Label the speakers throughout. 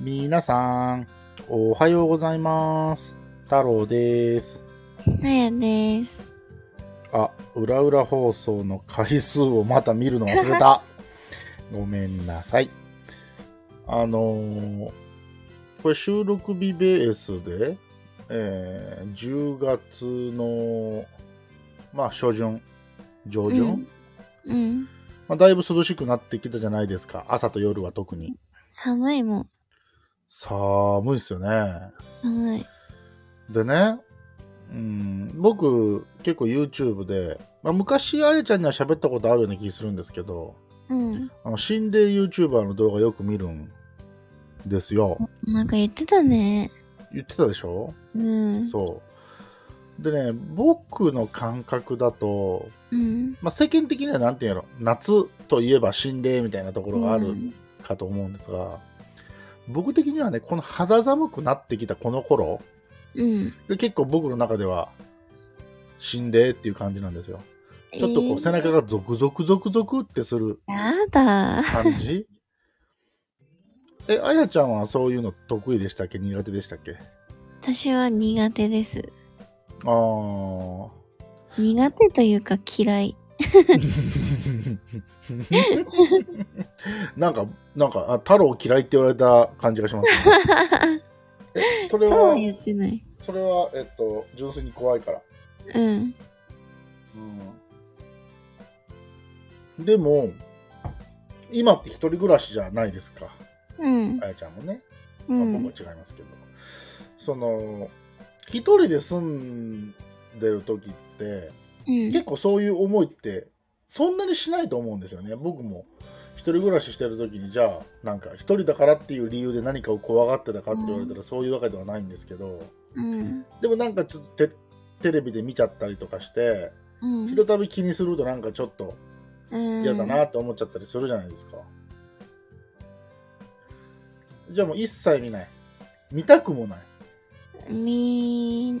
Speaker 1: 皆さん、おはようございます。太郎です。
Speaker 2: なやです。
Speaker 1: あ、裏裏放送の回数をまた見るの忘れ た。ごめんなさい。あのーこれ収録日ベースで、えー10月の、まあ、初旬、上旬、
Speaker 2: うんうん。
Speaker 1: まあ、だいぶ涼しくなってきたじゃないですか。朝と夜は特に。
Speaker 2: 寒いもん。
Speaker 1: 寒いですよね。
Speaker 2: 寒い。
Speaker 1: でね、うん、僕結構 YouTube で、まあ、昔あやちゃんには喋ったことあるような気するんですけど
Speaker 2: うん。
Speaker 1: あの心霊 YouTuber の動画よく見るんですよ
Speaker 2: なんか言ってたね。
Speaker 1: 言ってたでしょ、
Speaker 2: うん。
Speaker 1: そうでね僕の感覚だと、
Speaker 2: うん。
Speaker 1: まあ、世間的には何て言うんやろ夏といえば心霊みたいなところがあ
Speaker 2: う
Speaker 1: る
Speaker 2: ん
Speaker 1: かと思うんですが、僕的にはねこの肌寒くなってきたこの頃
Speaker 2: うん。
Speaker 1: で結構僕の中では心霊っていう感じなんですよちょっとこう背中がゾクゾクゾクゾクってする
Speaker 2: えーやだ。
Speaker 1: 感 じえあやちゃんはそういうの得意でしたっけ苦手でしたっけ
Speaker 2: 私は苦手です。
Speaker 1: あ ー
Speaker 2: 苦手というか嫌い。
Speaker 1: なんかなんかあ太郎嫌いって言われた感じがします、ね、 えそれ
Speaker 2: そうは
Speaker 1: は
Speaker 2: 言ってない。
Speaker 1: それはえっと純粋に怖いから
Speaker 2: うん。
Speaker 1: うんでも今って一人暮らしじゃないですか
Speaker 2: うん
Speaker 1: あ。やちゃんもね
Speaker 2: う
Speaker 1: まあ
Speaker 2: ん。
Speaker 1: 僕は違いますけど、その一人で住んでる時って
Speaker 2: うん。
Speaker 1: 結構そういう思いってそんなにしないと思うんですよね僕も一人暮らししてる時にじゃあなんか一人だからっていう理由で何かを怖がってたかって言われたらそういうわけではないんですけど
Speaker 2: うん。
Speaker 1: でもなんかちょっとテテレビで見ちゃったりとかして
Speaker 2: うん。
Speaker 1: ひとたび気にするとなんかちょっと
Speaker 2: うん
Speaker 1: 嫌だな。って思っちゃったりするじゃないですか、じゃあもう一切見ない見たくもない
Speaker 2: みー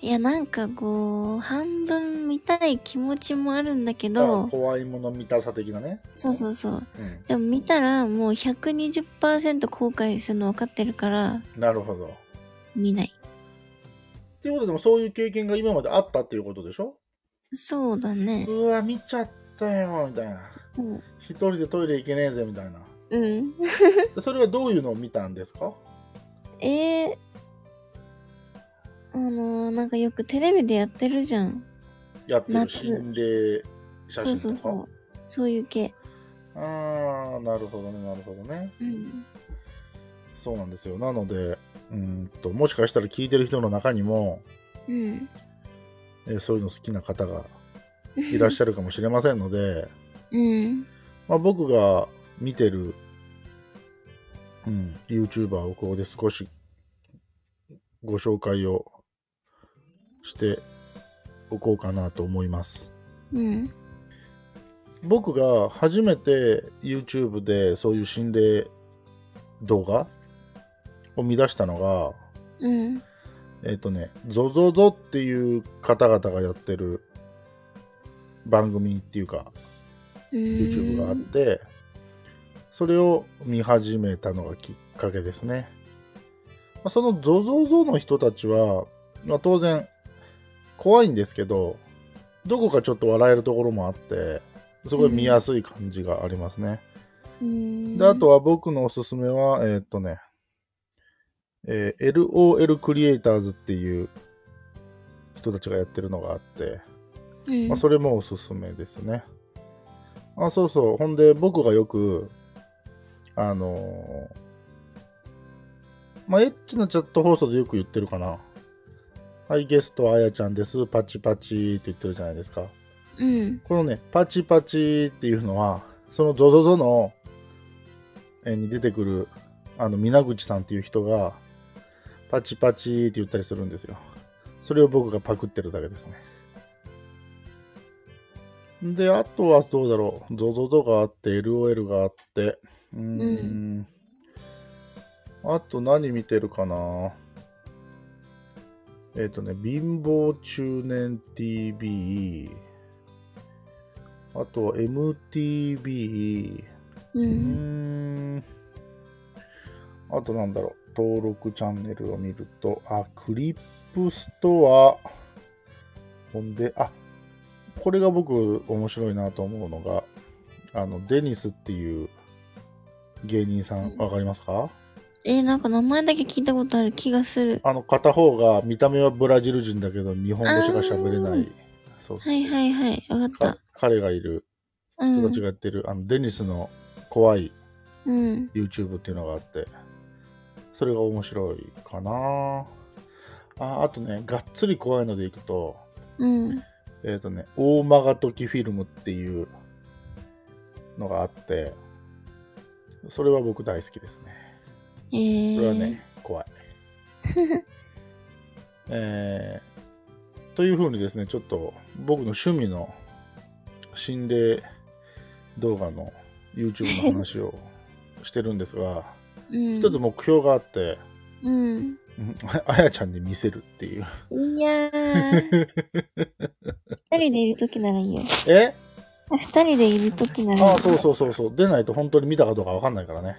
Speaker 2: いや、なんかこう、半分見たい気持ちもあるんだけ
Speaker 1: あ
Speaker 2: ど、
Speaker 1: 怖いもの見たさ的なね、
Speaker 2: そうそうそう。
Speaker 1: うん、
Speaker 2: でも見たらもう120%後悔するの分かってるから
Speaker 1: なるほどっ
Speaker 2: 見ない。
Speaker 1: ていうことでもそういう経験が今まであったっていうことでしょ
Speaker 2: そうだね。
Speaker 1: うわ見ちゃったよみたいな
Speaker 2: うん。
Speaker 1: 一人でトイレ行けねえぜみたいな
Speaker 2: うん、
Speaker 1: でそれはどういうのを見たんですか
Speaker 2: えー、あのー、なんかよくテレビでやってるじゃん。
Speaker 1: やってる
Speaker 2: 夏
Speaker 1: 心霊写
Speaker 2: そうそ
Speaker 1: 真と
Speaker 2: う
Speaker 1: か
Speaker 2: そう。そういう系。
Speaker 1: ああなるほどねなるほどね
Speaker 2: うん。
Speaker 1: そうなんですよなのでうーんともしかしたら聞いてる人の中にも
Speaker 2: うん。
Speaker 1: えーそういうの好きな方がいらっしゃるかもしれませんので、
Speaker 2: うん。
Speaker 1: まあ、僕が見てる、うん、YouTuber をここで少しご紹介をしておこうかなと思います。
Speaker 2: うん。
Speaker 1: 僕が初めて YouTube でそういう心霊動画を見出したのが、
Speaker 2: うん。
Speaker 1: えっ、とね、ゾゾゾっていう方々がやってる番組っていうか、YouTube があって、それを見始めたのがきっかけですね。まあその ZOZOZO の人たちは、まあ、当然怖いんですけど、どこかちょっと笑えるところもあって、すごい見やすい感じがありますね。
Speaker 2: うん。
Speaker 1: で、あとは僕のおすすめは、えーっとね、えー LOL クリエイターズっていう人たちがやってるのがあって、
Speaker 2: うん、
Speaker 1: まあ、それもおすすめですね。あそうそう。ほんで、僕がよく、あのーまあ、エッチなチャット放送でよく言ってるかな。はい、ゲスト、あやちゃんです。パチパチって言ってるじゃないですか。
Speaker 2: うん。
Speaker 1: このね、パチパチっていうのは、そのゾゾゾの、えに出てくる、あの、皆口さんっていう人が、パチパチって言ったりするんですよ。それを僕がパクってるだけですね。で、あとはどうだろう。ゾゾゾがあって、LOL があって、うーん。ん、あと何見てるかなえっ、とね、貧乏中年 TV、あとは MTV、
Speaker 2: う
Speaker 1: うー
Speaker 2: ん。
Speaker 1: ん、ああとなんだろう、登録チャンネルを見ると、あ、クリップストア、ほんで、あ、これが僕面白いなと思うのが、あの、デニスっていう芸人さん、わかりますか
Speaker 2: えー、なんか名前だけ聞いたことある気がする。
Speaker 1: あの、片方が見た目はブラジル人だけど、日本語しか喋れな
Speaker 2: あー
Speaker 1: い。そうそう
Speaker 2: はいはいはい、わかっ
Speaker 1: か彼がいる
Speaker 2: た。う
Speaker 1: 人
Speaker 2: ん
Speaker 1: た。ちがやってる、あのデニスの怖い
Speaker 2: うん。
Speaker 1: YouTube っていうのがあってそれが面白いかなああとねがっつり怖いのでいくと
Speaker 2: うん。
Speaker 1: えっ、とね大曲がときフィルムっていうのがあってそれは僕大好きですね
Speaker 2: え
Speaker 1: それはね
Speaker 2: ー。、
Speaker 1: 怖いえー、というふうにですねちょっと僕の趣味の心霊動画の YouTube の話をしてるんですが
Speaker 2: うん。
Speaker 1: 一つ目標があって、
Speaker 2: うん。
Speaker 1: うんあやちゃんに見せるっていう。
Speaker 2: い やー。二人でいるときならいいよ。
Speaker 1: え
Speaker 2: あ二人でいるときならいい。
Speaker 1: ああ、そうそうそうそう。出ないと本当に見たかどうかわかんないから ね。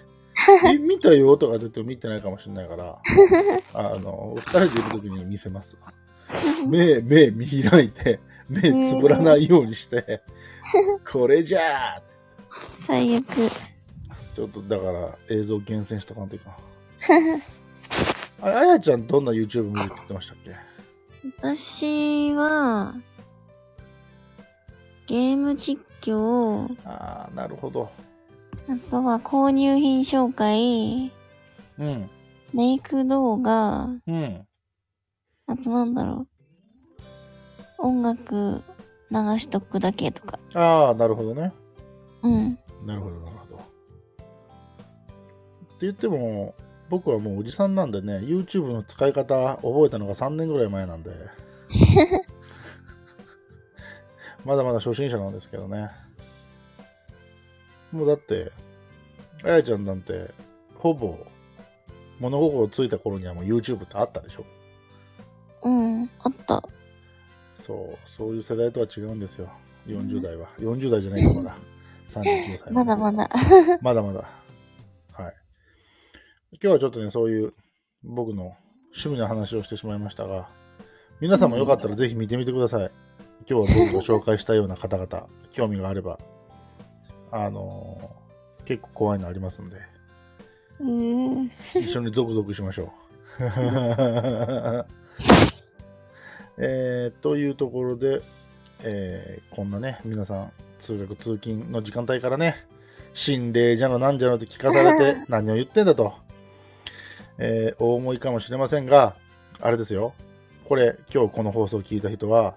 Speaker 1: え見たよとか出ても見てないかもしれないから、あの、二人でいるときに見せます。目、目見開いて、目つぶらないようにして、これじゃあ
Speaker 2: 最悪。
Speaker 1: ちょっとだから映像厳選しとかんとい かん。ああやちゃんどんな YouTube 見るって言ってましたっけ
Speaker 2: 私は、ゲーム実況、
Speaker 1: ああ、なるほど。
Speaker 2: あとは購入品紹介、
Speaker 1: うん。
Speaker 2: メイク動画、
Speaker 1: うん。
Speaker 2: あとなんだろう。音楽流しとくだけとか。
Speaker 1: ああ、なるほどね。
Speaker 2: うん。
Speaker 1: なるほど、なるほど。って言っても、僕はもうおじさんなんでね、YouTube の使い方覚えたのが3年ぐらい前なんで、まだまだ初心者なんですけどね。もうだって、あやちゃんなんて、ほぼ物心ついた頃にはもう YouTube ってあったでしょ。
Speaker 2: うん。あった。
Speaker 1: そう、そういう世代とは違うんですよ。40代は。40代じゃないか、まだ。39歳。
Speaker 2: まだまだ。
Speaker 1: まだまだ。はい。今日はちょっとね、そういう僕の趣味の話をしてしまいましたが、皆さんもよかったらぜひ見てみてください。今日は僕が紹介したような方々、興味があれば、あのー結構怖いのありますんで、
Speaker 2: うーん。
Speaker 1: 一緒にゾクゾクしましょう。えーというところで、えーこんなね、皆さん、通学・通勤の時間帯からね、心霊じゃのなんじゃのって聞かされて、何を言ってんだと、えーお思いかもしれませんが、あれですよ、これ、今日この放送を聞いた人は、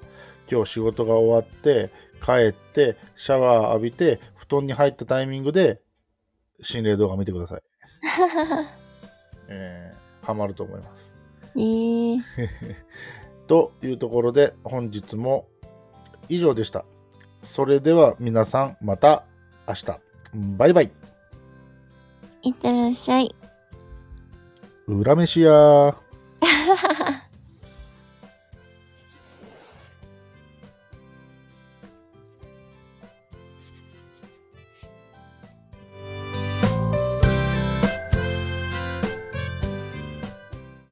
Speaker 1: 今日仕事が終わって、帰って、シャワー浴びて、布団に入ったタイミングで、心霊動画見てください。えーハマると思います。
Speaker 2: えー。
Speaker 1: というところで本日も以上でした。それでは皆さんまた明日。バイバイ。
Speaker 2: いってらっしゃい。
Speaker 1: 裏飯屋。